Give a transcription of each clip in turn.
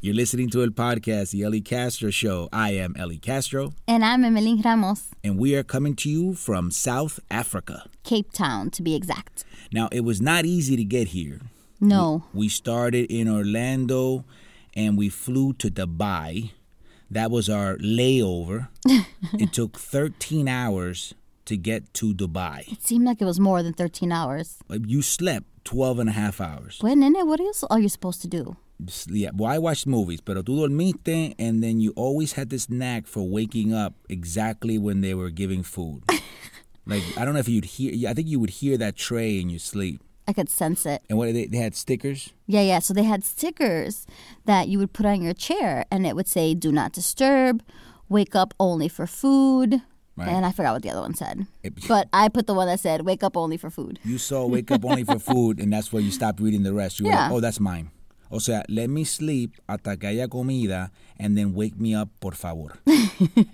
You're listening to a podcast, The Ellie Castro Show. I am Ellie Castro, And I'm Emeline Ramos, and we are coming to you from South Africa. Cape Town to be exact. Now, it was not easy to get here. No. We started in Orlando and we flew to Dubai. That was our layover. it took 13 hours to get to Dubai. It seemed like it was more than 13 hours. You slept 12 and a half hours. When in it, what else are you supposed to do? Yeah, well, I watched movies, pero tú dormiste, and then you always had this knack for waking up exactly when they were giving food. like, I don't know if you'd hear, I think you would hear that tray in your sleep. I could sense it. And what they, they had stickers? Yeah, yeah. So they had stickers that you would put on your chair and it would say, do not disturb, wake up only for food. Right. And I forgot what the other one said. It- But I put the one that said, wake up only for food. You saw wake up only for food, and that's where you stopped reading the rest. You were like, Yeah. oh, that's mine. O sea, let me sleep hasta que haya comida, and then wake me up, por favor.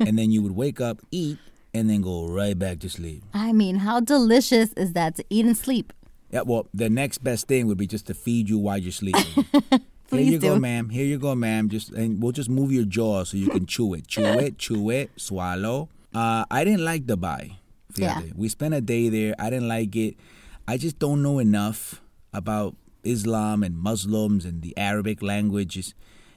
and then you would wake up, eat, and then go right back to sleep. I mean, how delicious is that to eat and sleep? Yeah, well, the next best thing would be just to feed you while you're sleeping. Here Please you go, do. ma'am. Here you go, ma'am. Just and we'll just move your jaw so you can chew it, chew it, chew it, swallow. Uh, I didn't like Dubai. Yeah. Fíjate. We spent a day there. I didn't like it. I just don't know enough about Islam and Muslims and the Arabic languages.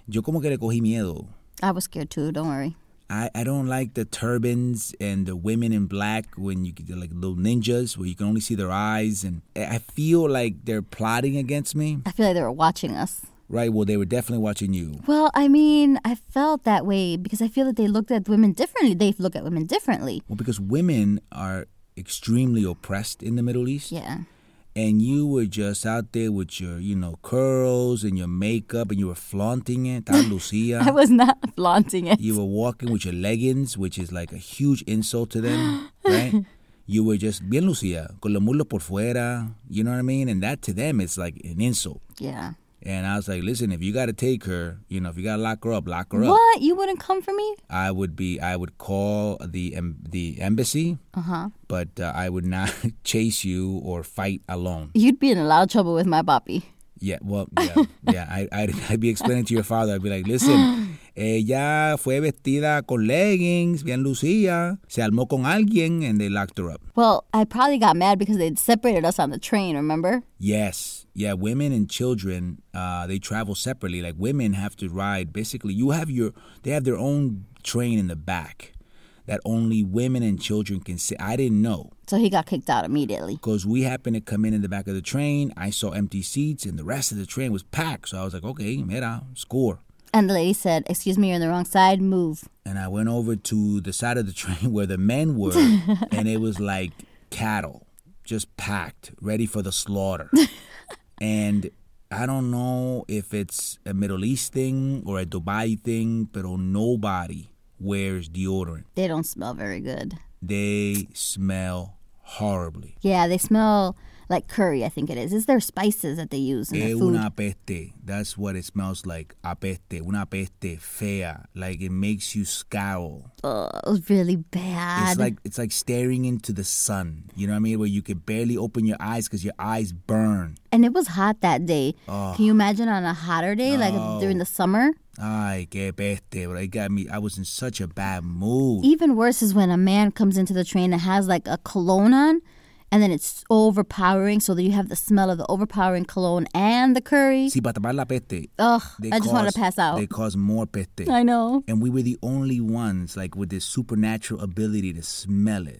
Yo como que le cogí miedo. I was scared too, don't worry. I, I don't like the turbans and the women in black when you they're like little ninjas where you can only see their eyes and I I feel like they're plotting against me. I feel like they were watching us. Right? Well, they were definitely watching you. Well, I mean, I felt that way because I feel that they looked at women differently. They look at women differently. Well, because women are extremely oppressed in the Middle East, Yeah. and you were just out there with your you know curls and your makeup and you were flaunting it, Tan Lucia. I was not flaunting it. You were walking with your leggings, which is like a huge insult to them, right? You were just bien lucía, con los mulos por fuera, you know what I mean? And that to them is like an insult. yeah. And I was like, listen, if you got to take her, you know, if you got to lock her up, lock her up. What? You wouldn't come for me? I would be, I would call the em- the embassy, uh-huh. but uh, I would not chase you or fight alone. You'd be in a lot of trouble with my papi. Yeah, well, yeah, yeah. I, I'd, I'd be explaining to your father. I'd be like, listen, ella fue vestida con leggings, bien lucía, se armó con alguien, and they locked her up. Well, I probably got mad because they'd separated us on the train, remember? Yes, yeah. Women and children, uh, they travel separately. Like women have to ride. Basically, you have your, they have their own train in the back that only women and children can sit. I didn't know. So he got kicked out immediately. because we happened to come in in the back of the train. I saw empty seats, and the rest of the train was packed. So I was like, okay, mira, score. And the lady said, Excuse me, you're on the wrong side, move. And I went over to the side of the train where the men were, and it was like cattle, just packed, ready for the slaughter. and I don't know if it's a Middle East thing or a Dubai thing, but nobody wears deodorant. They don't smell very good. They smell horribly. Yeah, they smell like curry, I think it is. It's their spices that they use in Es their food. una peste. That's what it smells like. Apeste. Una peste fea. Like it makes you scowl. Ugh, it was really bad. It's like it's like staring into the sun. You know what I mean? Where you can barely open your eyes because your eyes burn. And it was hot that day. Can you imagine on a hotter day, like during the summer? Ay, que peste. But it got me. I was in such a bad mood. Even worse is when a man comes into the train and has like a cologne on, and then it's overpowering, so that you have the smell of the overpowering cologne and the curry. Si para tapar la peste. Ugh, they Oh, I just wanted to cause- pass out. They cause more peste. I know. and we were the only ones like with this supernatural ability to smell it.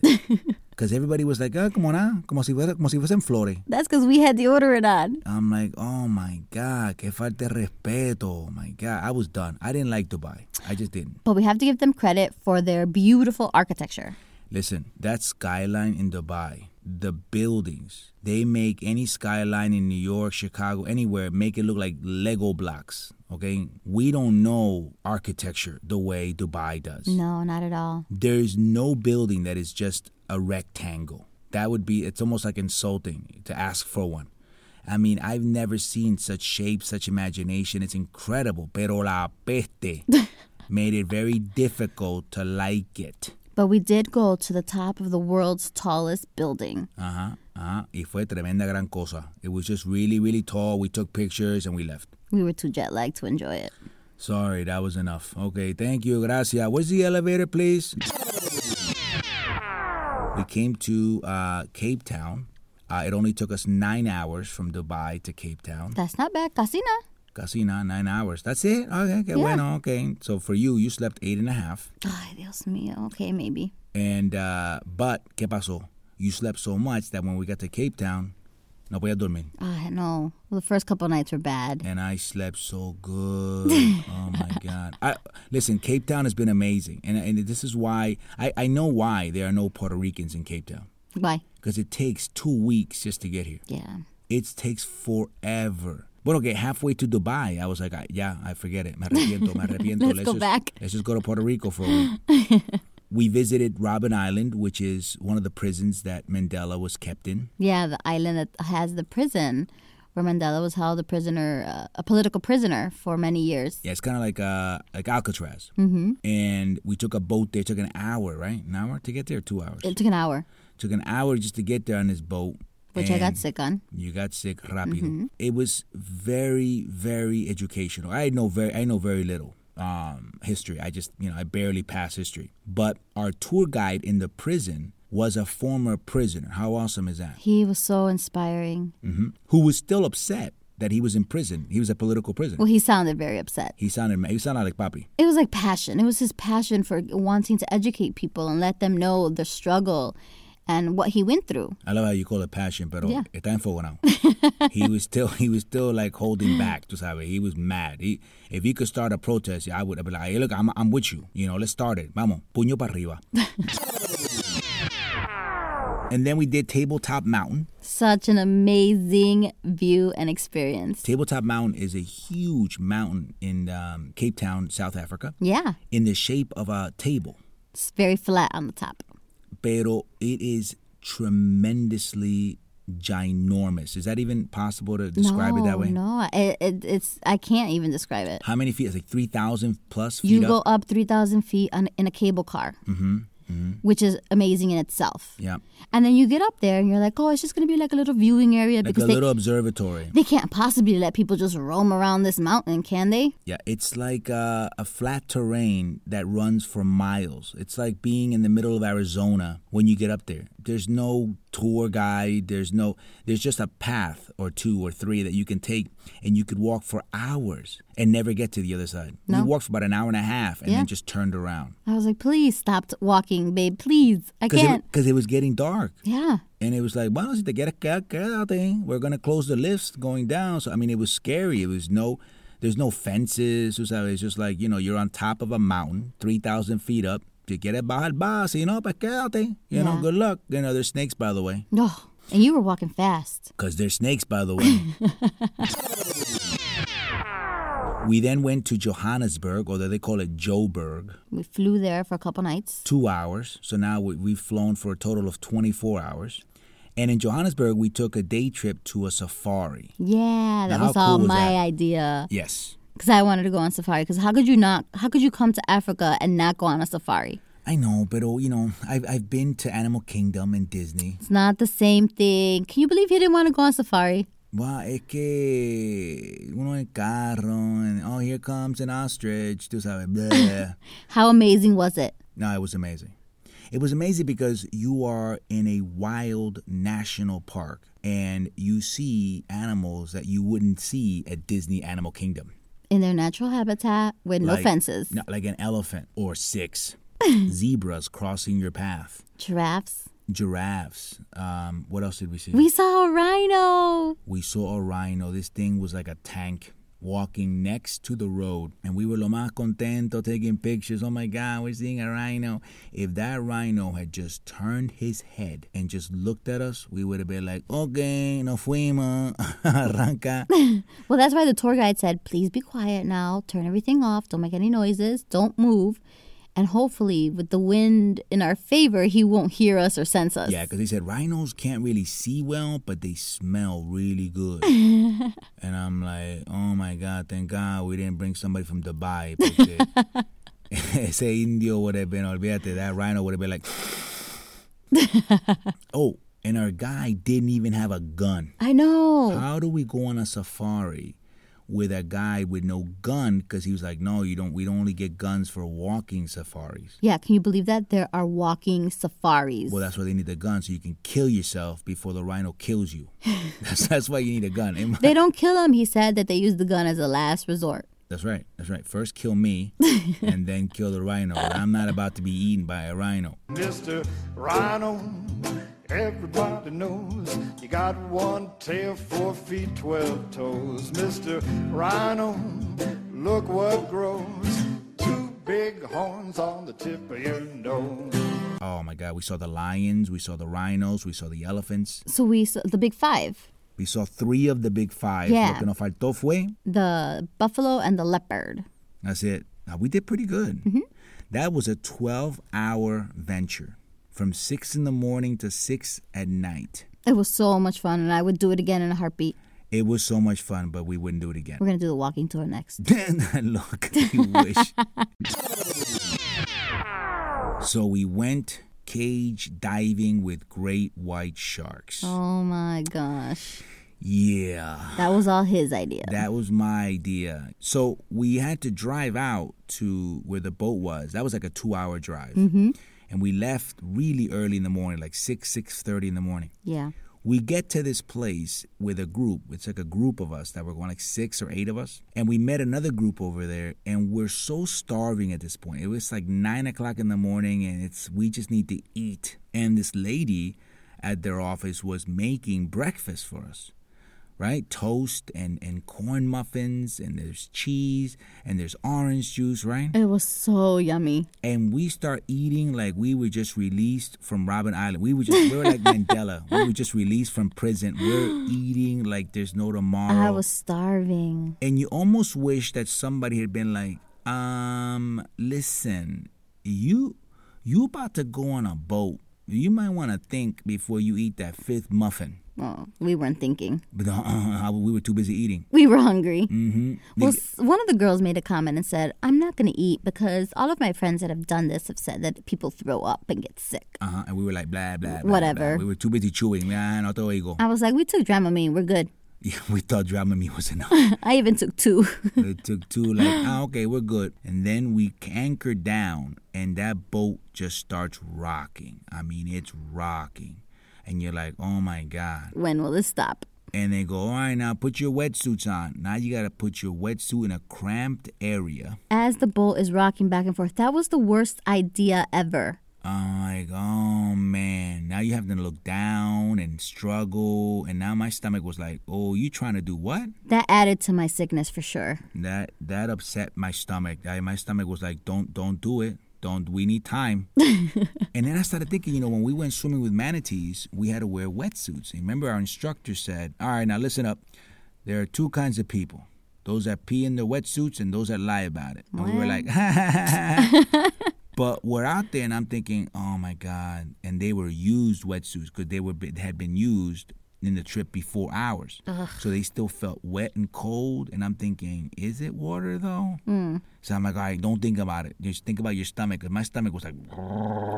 Because everybody was like, ah, como nada, como si fuera, como si fuesen flores. That's because we had deodorant on. I'm like, oh my God, que falta de respeto. Oh My God, I was done. I didn't like Dubai. I just didn't. But we have to give them credit for their beautiful architecture. Listen, that skyline in Dubai, the buildings, they make any skyline in New York, Chicago, anywhere, make it look like Lego blocks. Okay? We don't know architecture the way Dubai does. No, not at all. There's no building that is just a rectangle. That would be, it's almost like insulting to ask for one. I mean, I've never seen such shape, such imagination. It's incredible. Pero la peste made it very difficult to like it. But we did go to the top of the world's tallest building. Uh-huh, uh-huh. Y fue tremenda gran cosa. It was just really, really tall. We took pictures and we left. We were too jet lagged to enjoy it. Sorry, that was enough. Okay, thank you. Gracias. Where's the elevator, please? We came to uh, Cape Town. Uh, it only took us nine hours from Dubai to Cape Town. That's not bad. Casina. Casi na- nine hours. That's it? Okay, okay. Yeah. Bueno, okay. So for you, you slept eight and a half. Ay, Ah, Dios mío. Okay, maybe. And, uh, but, ¿qué pasó? You slept so much that when we got to Cape Town, no voy a dormir. I know. Ah, Well, the first couple nights were bad. and I slept so good. oh my god! I, listen, Cape Town has been amazing, and and this is why I, I know why there are no Puerto Ricans in Cape Town Bye. because it takes two weeks just to get here. Yeah. It takes forever. But okay, halfway to Dubai, I was like, I, yeah, I forget it. Me arrepiento, me arrepiento. Let's go just, back. Let's just go to Puerto Rico for a week. we visited Robben Island, which is one of the prisons that Mandela was kept in. Yeah, the island that has the prison where Mandela was held a prisoner, uh, a political prisoner for many years. Yeah, it's kind of like uh like Alcatraz. Mm-hmm. And we took a boat there. Took an hour, right? An hour to get there. Two hours. It took an hour, took an hour just to get there on this boat. which I got and Mm-hmm. sick on. You got sick rapido. It was very very educational. I know very I know very little um history. I just you know I barely pass history. But our tour guide in the prison was a former prisoner. How awesome is that? He was so inspiring. hmm Who was still upset that he was in prison. He was a political prisoner. Well, he sounded very upset. he sounded ma- he sounded like Papi. It was like passion. It was his passion for wanting to educate people and let them know the struggle and what he went through. I love how you call it passion, pero Yeah. está enfogonado. he was still he was still like holding back, tú sabes. He was mad. He, if he could start a protest, I would I'd be like, hey, look, I'm, I'm with you. You know, let's start it. Vamos, puño para arriba. and then we did Tabletop Mountain. Such an amazing view and experience. Tabletop Mountain is a huge mountain in um, Cape Town, South Africa, Yeah, in the shape of a table. it's very flat on the top. pero it is tremendously ginormous. Is that even possible to describe no, it that way? No, it, it, it's I can't even describe it. How many feet? It's like 3,000 plus feet You up? go up three thousand feet on, in a cable car, Mm-hmm, which is amazing in itself. Yeah. And then you get up there and you're like, oh, it's just gonna be like a little viewing area Like a because they, little observatory. they can't possibly let people just roam around this mountain, can they? Yeah, it's like uh, a flat terrain that runs for miles. It's like being in the middle of Arizona when you get up there. There's no tour guide, there's no there's just a path or two or three that you can take and you could walk for hours and never get to the other side. No. We walked for about an hour and a half and Yeah. then just turned around. I was like, please stop t- walking, babe. Please, I because can't. it, 'cause it was getting dark yeah, and it was like well si te quieres quedar, quédate. we're gonna close the lifts going down so i mean it was scary it was no there's no fences o sea, it's just like you know you're on top of a mountain 3000 feet up you get it bajar vas you know pues quédate you know Yeah. good luck you know there's snakes by the way no. And you were walking fast. because there's snakes by the way we then went to johannesburg although they call it joburg We flew there for a couple nights. two hours. So now we, we've flown for a total of 24 hours. And in Johannesburg, we took a day trip to a safari. Yeah, Now, that how was all cool was my that? idea. Yes. Cause I wanted to go on safari. Cause how could you not? How could you come to Africa and not go on a safari? I know, but oh, you know, I've, I've been to Animal Kingdom and Disney. It's not the same thing. Can you believe he didn't want to go on safari? Wow, es que uno en carro, and oh, here comes an ostrich, tú sabes, bleh. How amazing was it? no, it was amazing. It was amazing because you are in a wild national park and you see animals that you wouldn't see at Disney Animal Kingdom. In their natural habitat with no Like- fences, No, like an elephant or six. Zebras crossing your path. giraffes. Giraffes. Um, what else did we see? We saw a rhino. We saw a rhino. This thing was like a tank walking next to the road. And we were lo más contento taking pictures. Oh my God, we're seeing a rhino. If that rhino had just turned his head and just looked at us, we would have been like, okay, no fuimos, arranca. Well, that's why the tour guide said, "Please be quiet now. Turn everything off. Don't make any noises. Don't move." And hopefully, with the wind in our favor, he won't hear us or sense us. Yeah, because they said rhinos can't really see well, but they smell really good. and I'm like, oh my God, thank God we didn't bring somebody from Dubai. porque Ese indio would have been, olvídate, that rhino would have been like, oh, and our guy didn't even have a gun. I know. How do we go on a safari with a guy with no gun because he was like, no, you don't. We only get guns for walking safaris. Yeah, can you believe that? There are walking safaris. Well, that's why they need the gun so you can kill yourself before the rhino kills you. that's that's why you need a gun. Am I- they don't kill him. He said that they use the gun as a last resort. That's right. That's right. First kill me, and then kill the rhino. And I'm not about to be eaten by a rhino. Mr. Rhino, everybody knows you got one tail, four feet, twelve toes. Mr. Rhino, look what grows. Two big horns on the tip of your nose. Oh my God! We saw the lions. We saw the rhinos. We saw the elephants. So we saw the big five: We saw three of the big five. Yeah. Lo que nos faltó fue. the buffalo and the leopard. That's it. Now, we did pretty good. That was a 12-hour venture from six in the morning to six at night. It was so much fun, and I would do it again in a heartbeat. It was so much fun, but we wouldn't do it again. We're gonna do the walking tour next. Look, you wish. so we went cage diving with great white sharks. Oh my gosh, Yeah, that was all his idea. that was my idea. So we had to drive out to where the boat was. That was like a two-hour drive, and we left really early in the morning, like six six thirty in the morning. yeah, We get to this place with a group. It's like a group of us that were going, like six or eight of us. And we met another group over there, and we're so starving at this point. It was like nine o'clock in the morning, and it's we just need to eat. And this lady at their office was making breakfast for us, right? Toast and, and corn muffins, and there's cheese, and there's orange juice, right? it was so yummy. and we start eating like we were just released from Robin Island. We were just we were like Mandela. We were just released from prison. We're eating like there's no tomorrow. I was starving. and you almost wish that somebody had been like, um, listen, you you about to go on a boat. You might want to think before you eat that fifth muffin. Oh, we weren't thinking. But uh, we were too busy eating. We were hungry. Well, s- one of the girls made a comment and said, "I'm not going to eat because all of my friends that have done this have said that people throw up and get sick." Uh-huh. And we were like, blah, blah, blah, blah. Whatever. We were too busy chewing. Ah, no te oigo. I was like, "We took Dramamine. We're good." we thought Dramamine was enough. I even took two. It took two, like, ah, okay, we're good. And then we anchored down, and that boat just starts rocking. I mean, it's rocking. And you're like, oh my God. when will this stop? And they go, all right, now put your wetsuits on. Now you got to put your wetsuit in a cramped area. As the boat is rocking back and forth, that was the worst idea ever. I'm like, oh man. Now you have to look down and struggle. And now my stomach was like, oh, you trying to do what? That added to my sickness for sure. That that upset my stomach. I, my stomach was like, "Don't don't do it. Don't. We need time." and then I started thinking, you know, when we went swimming with manatees, we had to wear wetsuits. And remember, our instructor said, "All right, now listen up. There are two kinds of people: those that pee in their wetsuits and those that lie about it." And we were like, "But we're out there," and I'm thinking, "Oh my god!" And they were used wetsuits because they were they had been used in the trip before ours, so they still felt wet and cold. And I'm thinking, "Is it water though?" So I'm like, "All right, don't think about it. Just think about your stomach." 'Cause my stomach was like.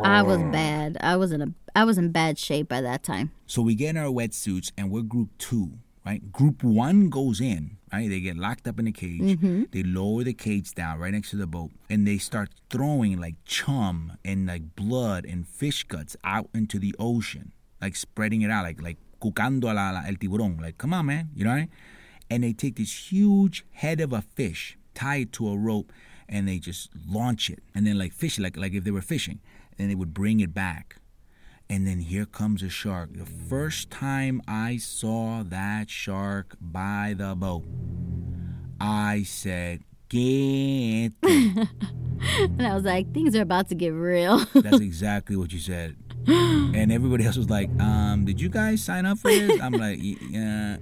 I was bad. I was in a I was in bad shape by that time. So we get in our wetsuits and we're group two, right? Group one goes in, right? They get locked up in a cage. They lower the cage down right next to the boat and they start throwing like chum and like blood and fish guts out into the ocean, like spreading it out, like like cucando a la, la- el tiburón. Like, come on, man, you know what I mean? And they take this huge head of a fish, tie it to a rope, and they just launch it. And then like fish, like like if they were fishing, and they would bring it back. And then here comes a shark. The first time I saw that shark by the boat, I said, Get. And I was like, things are about to get real. That's exactly what you said. And everybody else was like, um, Did you guys sign up for this? I'm like, "Y- uh,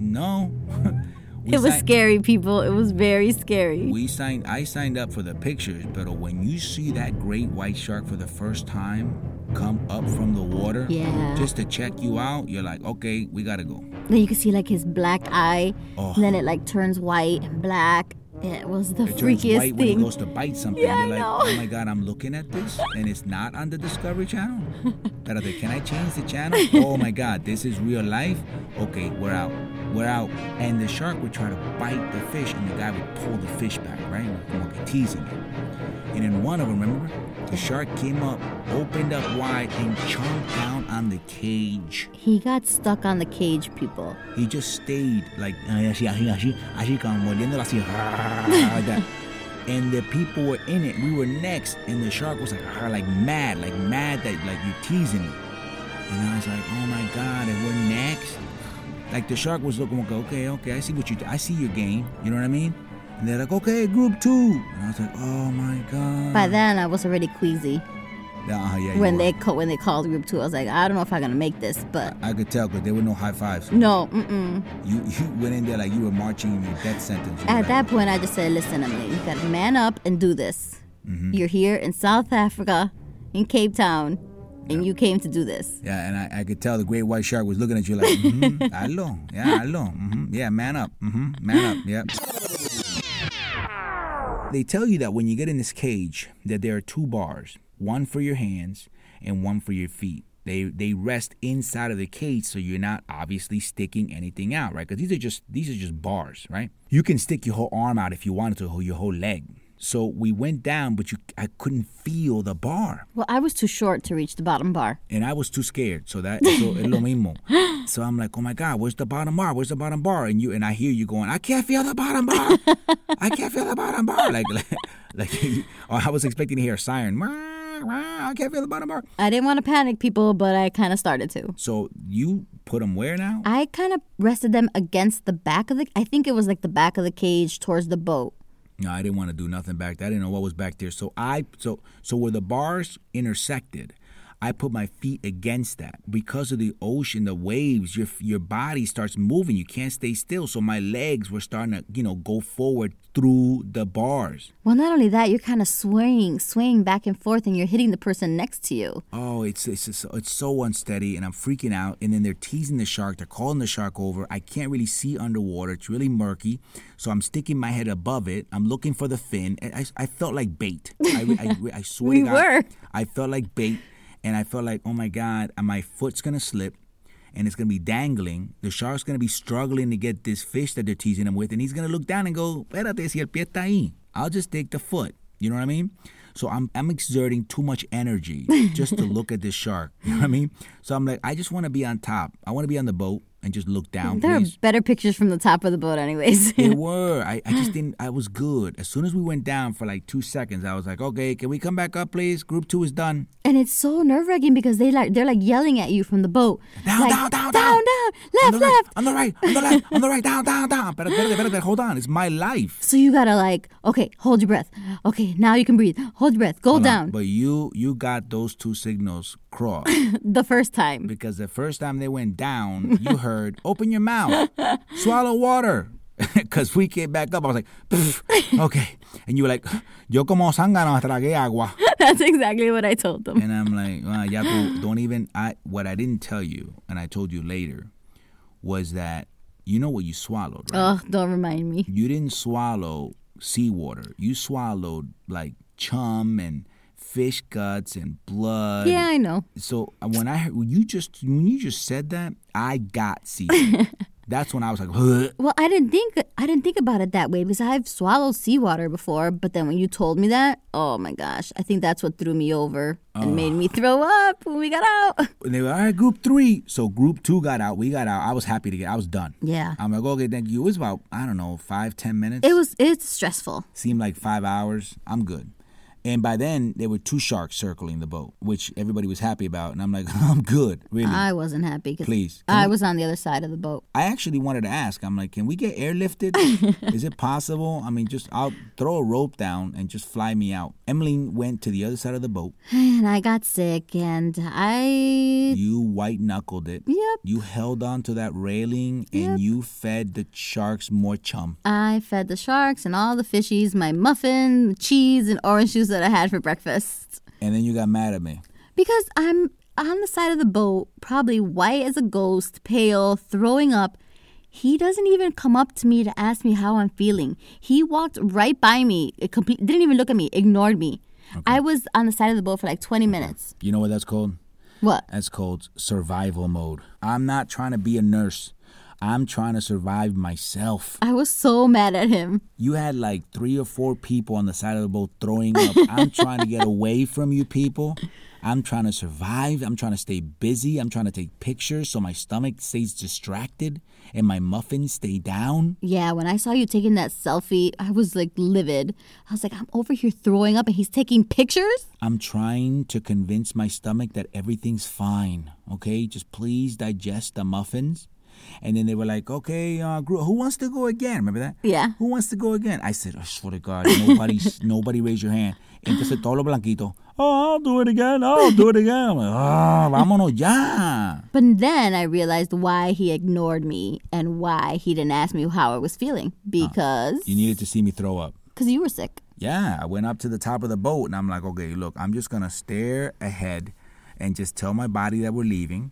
No. We it was signed- scary, people. It was very scary. We signed. I signed up for the pictures, but when you see that great white shark for the first time come up from the water, Yeah. just to check you out, you're like, okay, we gotta go. Then you can see like his black eye, Oh. and then it like turns white and black. It was the It turns freakiest white when it thing. goes to bite something. Yeah, I You're like, know. oh my god, I'm looking at this, and it's not on the Discovery Channel. Espérate, can I change the channel? Oh my god, this is real life. Okay, we're out. we're out. And the shark would try to bite the fish, and the guy would pull the fish back, right? We'd be teasing it. And in one of them, remember, the shark came up, opened up wide, and chomped down on the cage. He got stuck on the cage, people. He just stayed like así, así, así, así, como mordiéndolo así, like that. And the people were in it. We were next, and the shark was like, "Ah," like mad, like mad that like you teasing me. And I was like, "Oh my god!" And we're next. Like the shark was looking, like, "Okay, okay, I see what you, I see your game." You know what I mean? And they're like, "Okay, group two. And I was like, "Oh my god!" By then, I was already queasy. Uh, yeah, you When were. they co- when they called group two, I was like, I don't know if I'm gonna make this, but I could tell because there were no high fives. no, mm-mm. You you went in there like you were marching in your death sentence. You were At like, that point, I just said, listen, Emily, you gotta man up and do this. You're here in South Africa, in Cape Town, and you came to do this. Yeah, and I, I could tell the great white shark was looking at you like, mm-hmm, hello, yeah, hello, hmm yeah, man up, hmm man up, yep. They tell you that when you get in this cage, that there are two bars, one for your hands and one for your feet. They they rest inside of the cage, so you're not obviously sticking anything out, right? Because these are just these are just bars, right? You can stick your whole arm out if you wanted to, or your whole leg. So we went down, but you I couldn't feel the bar Well, I was too short to reach the bottom bar. and I was too scared. So that so es lo mismo. So I'm like, oh my god, where's the bottom bar? Where's the bottom bar? And you and I hear you going, I can't feel the bottom bar. I can't feel the bottom bar. Like like, like you- I was expecting to hear a siren. "Wah, wah, I can't feel the bottom bar. I didn't want to panic people, but I kind of started to. So you put them where now? I kind of rested them against the back of the. I think it was like the back of the cage towards the boat. No, I didn't want to do nothing back there. I didn't know what was back there. So I so so where the bars intersected, I put my feet against that because of the ocean, the waves. Your your body starts moving. You can't stay still. So my legs were starting to you know go forward through the bars. Well, not only that, you're kind of swaying, swaying back and forth, and you're hitting the person next to you. Oh, it's it's it's, it's so unsteady, and I'm freaking out. And then they're teasing the shark. They're calling the shark over. I can't really see underwater. It's really murky. So I'm sticking my head above it. I'm looking for the fin. And I, I felt like bait. I, re- I, re- I swear We to God, were. I felt like bait, and I felt like, oh my God, my foot's gonna slip, and it's gonna be dangling. The shark's gonna be struggling to get this fish that they're teasing him with, and he's gonna look down and go, "Espérate, si el pie está ahí." I'll just take the foot. You know what I mean? So I'm I'm exerting too much energy just to look at this shark. You know what I mean? So I'm like, I just want to be on top. I want to be on the boat and just look down. There please. are better pictures from the top of the boat, anyways. They were. I, I just didn't. I was good. As soon as we went down for like two seconds, I was like, okay, can we come back up, please? Group two is done. and it's so nerve wracking because they like they're like yelling at you from the boat. Down, Like, down, down, down, down, left, on the left. right, on the right, on the left, on the right, down, down, down. But better, better, hold on. It's my life. So you gotta like, okay, hold your breath. Okay, now you can breathe. Hold your breath. Go Hold on. down. But you, you got those two signals crossed the first time. because the first time they went down, you heard, "Open your mouth, swallow water." Because we came back up, I was like, "Pff, okay. And you were like, yo como zángano tragué agua. That's exactly what I told them. And I'm like, wow, y'all don't- don't even. I what I didn't tell you, and I told you later, was that you know what you swallowed, right? Oh, don't remind me. you didn't swallow seawater. You swallowed like chum and fish guts and blood. Yeah, I know. So uh, when I heard, when you just when you just said that, I got seafood. That's when I was like, "Huh." Well, I didn't think I didn't think about it that way because I've swallowed seawater before, but then when you told me that, oh my gosh, I think that's what threw me over and made me throw up when we got out. and they were all right, group three. So group two got out. We got out. I was happy to get. I was done. Yeah. I'm like, okay, thank you. It was about I don't know five ten minutes. It was it's stressful. seemed like five hours. I'm good. And by then, there were two sharks circling the boat, which everybody was happy about. And I'm like, I'm good, really. I, I wasn't happy because Please, can I was on the other side of the boat. actually wanted to ask. I'm like, can we get airlifted? Is it possible? I mean, just I'll throw a rope down and just fly me out. Emmeline went to the other side of the boat. And I got sick and I You white knuckled it. Yep. You held on to that railing and you fed the sharks more chum. I fed the sharks and all the fishies my muffin, cheese and orange juice that I had for breakfast. And then you got mad at me. Because I'm on the side of the boat, probably white as a ghost, pale, throwing up. He doesn't even come up to me to ask me how I'm feeling. He walked right by me, it complete, didn't even look at me, ignored me. I was on the side of the boat for like 20 minutes. You know what that's called? What? That's called survival mode. I'm not trying to be a nurse. I'm trying to survive myself. I was so mad at him. You had like three or four people on the side of the boat throwing up. I'm trying to get away from you people. I'm trying to survive. I'm trying to stay busy. I'm trying to take pictures so my stomach stays distracted and my muffins stay down. Yeah, when I saw you taking that selfie, I was like livid. I was like, I'm over here throwing up and he's taking pictures? I'm trying to convince my stomach that everything's fine. Okay, just please digest the muffins. And then they were like, okay, uh, Gru- who wants to go again? Remember that? Yeah. Who wants to go again? I said, I swear to God, nobody, nobody raised your hand. Entonces, todo lo blanquito, oh, I'll do it again, I'll do it again. I'm like, oh, vámonos ya. But then I realized why he ignored me and why he didn't ask me how I was feeling because You needed to see me throw up. cause you were sick. Yeah, I went up to the top of the boat and I'm like, okay, look, I'm just gonna stare ahead and just tell my body that we're leaving.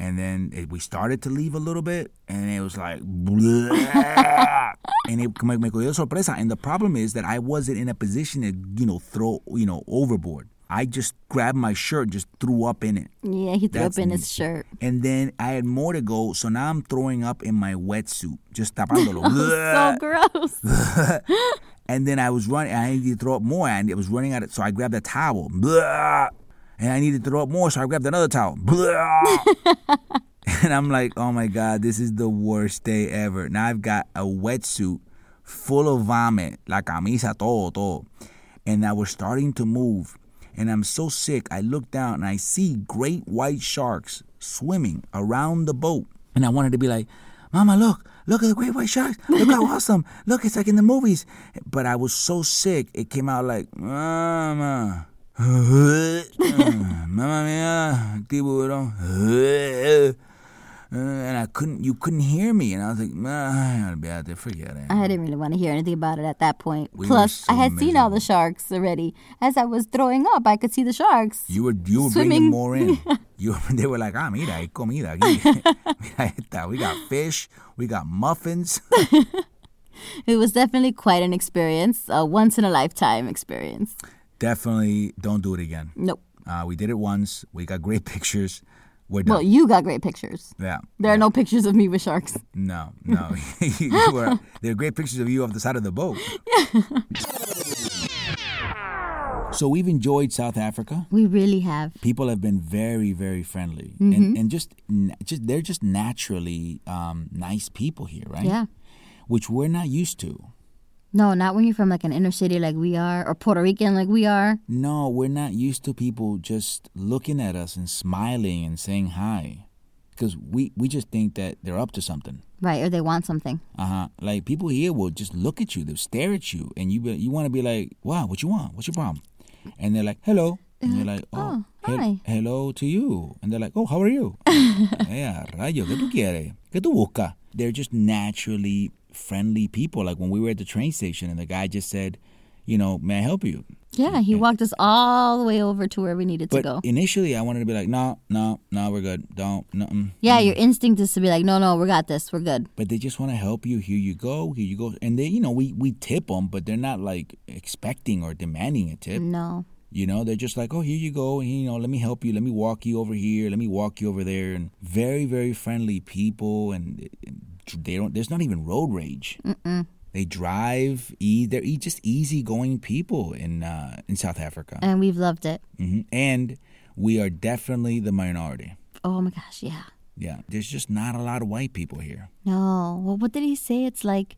And then it, we started to leave a little bit, and it was like, "Bleh." and it me, me cogió de sorpresa. And the problem is that I wasn't in a position to, you know, throw, you know, overboard. I just grabbed my shirt, just threw up in it. Yeah, he threw That's up in n- his shirt. And then I had more to go, so now I'm throwing up in my wetsuit, just tapándolo. Bleh. So gross. And then I was running. I needed to throw up more, and it was running out. Of, so I grabbed a towel, blah, and I needed to throw up more, so I grabbed another towel, blah. and I'm like, oh my god, this is the worst day ever. Now I've got a wetsuit full of vomit, la camisa todo todo, and I was starting to move, and I'm so sick. I look down and I see great white sharks swimming around the boat, and I wanted to be like, Mama, look, look at the great white sharks. Look how awesome. Look, it's like in the movies. But I was so sick, it came out like, Mama. Mamma mia, tiburón. And I couldn't, you couldn't hear me. And I was like, ah, olvídate, forget it. I didn't really want to hear anything about it at that point. We were Plus, so I had seen all the sharks already. As I was throwing up, I could see the sharks. You were you were bringing Swimming. more in. You were- they were like, ah, mira, hay comida aquí. mira esta. We got fish. We got muffins. It was definitely quite an experience, a once in a lifetime experience. Definitely don't do it again. Nope. Uh, we did it once. We got great pictures. We're done. Well, you got great pictures. yeah. There are no pictures of me with sharks. No, no. you were, there are great pictures of you off the side of the boat. so we've enjoyed South Africa. We really have. People have been very, very friendly, and and just n- just they're just naturally um, nice people here, right? Yeah. Which we're not used to. No, not when you're from like an inner city like we are, or Puerto Rican like we are. No, we're not used to people just looking at us and smiling and saying hi, because we we just think that they're up to something. Right, or they want something. Uh huh. Like people here will just look at you, they'll stare at you, and you be, you want to be like, "Wow, what you want? What's your problem?" And they're like, "Hello," and you're like, "Oh, "Oh, he- hi." hello to you," and they're like, "Oh, how are you?" yeah, rayo, ¿qué tú quieres? ¿Qué tú buscas? They're just naturally friendly people. Like when we were at the train station, and the guy just said, "You know, may I help you?" Yeah, he walked us all the way over to where we needed to But go. initially, I wanted to be like, "No, no, no, mm." we're good. Don't, nothing." yeah, your instinct is to be like, no, no, we got this, we're good. but they just want to help you. Here you go, here you go, and they, you know, we we tip them, but they're not like expecting or demanding a tip. No. You know, they're just like, oh, here you go, and you know, let me help you, let me walk you over here, let me walk you over there, and very very friendly people, and they don't. There's not even road rage. Mm-mm. They drive, e- they're e- just easygoing people in uh, in South Africa, And we've loved it. hmm and we are definitely the minority. Oh my gosh, yeah. Yeah, there's just not a lot of white people here. No. Well, what did he say? It's like,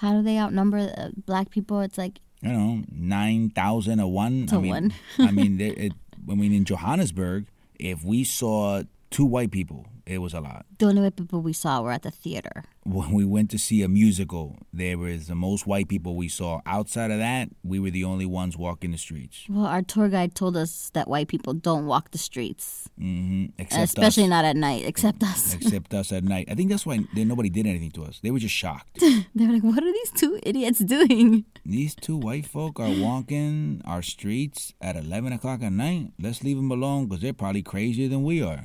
how do they outnumber uh, black people? It's like, you know, 9,000 or one. To I mean, one. I mean, there, it, I mean, in Johannesburg, if we saw two white people, it was a lot. the only white people we saw were at the theater. When we went to see a musical, there was the most white people we saw. Outside of that, we were the only ones walking the streets, Well, our tour guide told us that white people don't walk the streets, hmm except especially us. not at night, except us. Except us at night. I think that's why they, nobody did anything to us. They were just shocked. they were like, what are these two idiots doing? These two white folk are walking our streets at 11 o'clock at night. Let's leave them alone because they're probably crazier than we are.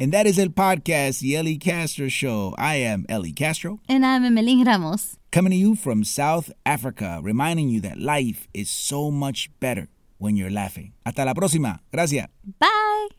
and that is el podcast, The Ellie Castro Show. I am Ellie Castro, And I'm Emeline Ramos. coming to you from South Africa, reminding you that life is so much better when you're laughing. Hasta la próxima. Gracias. Bye.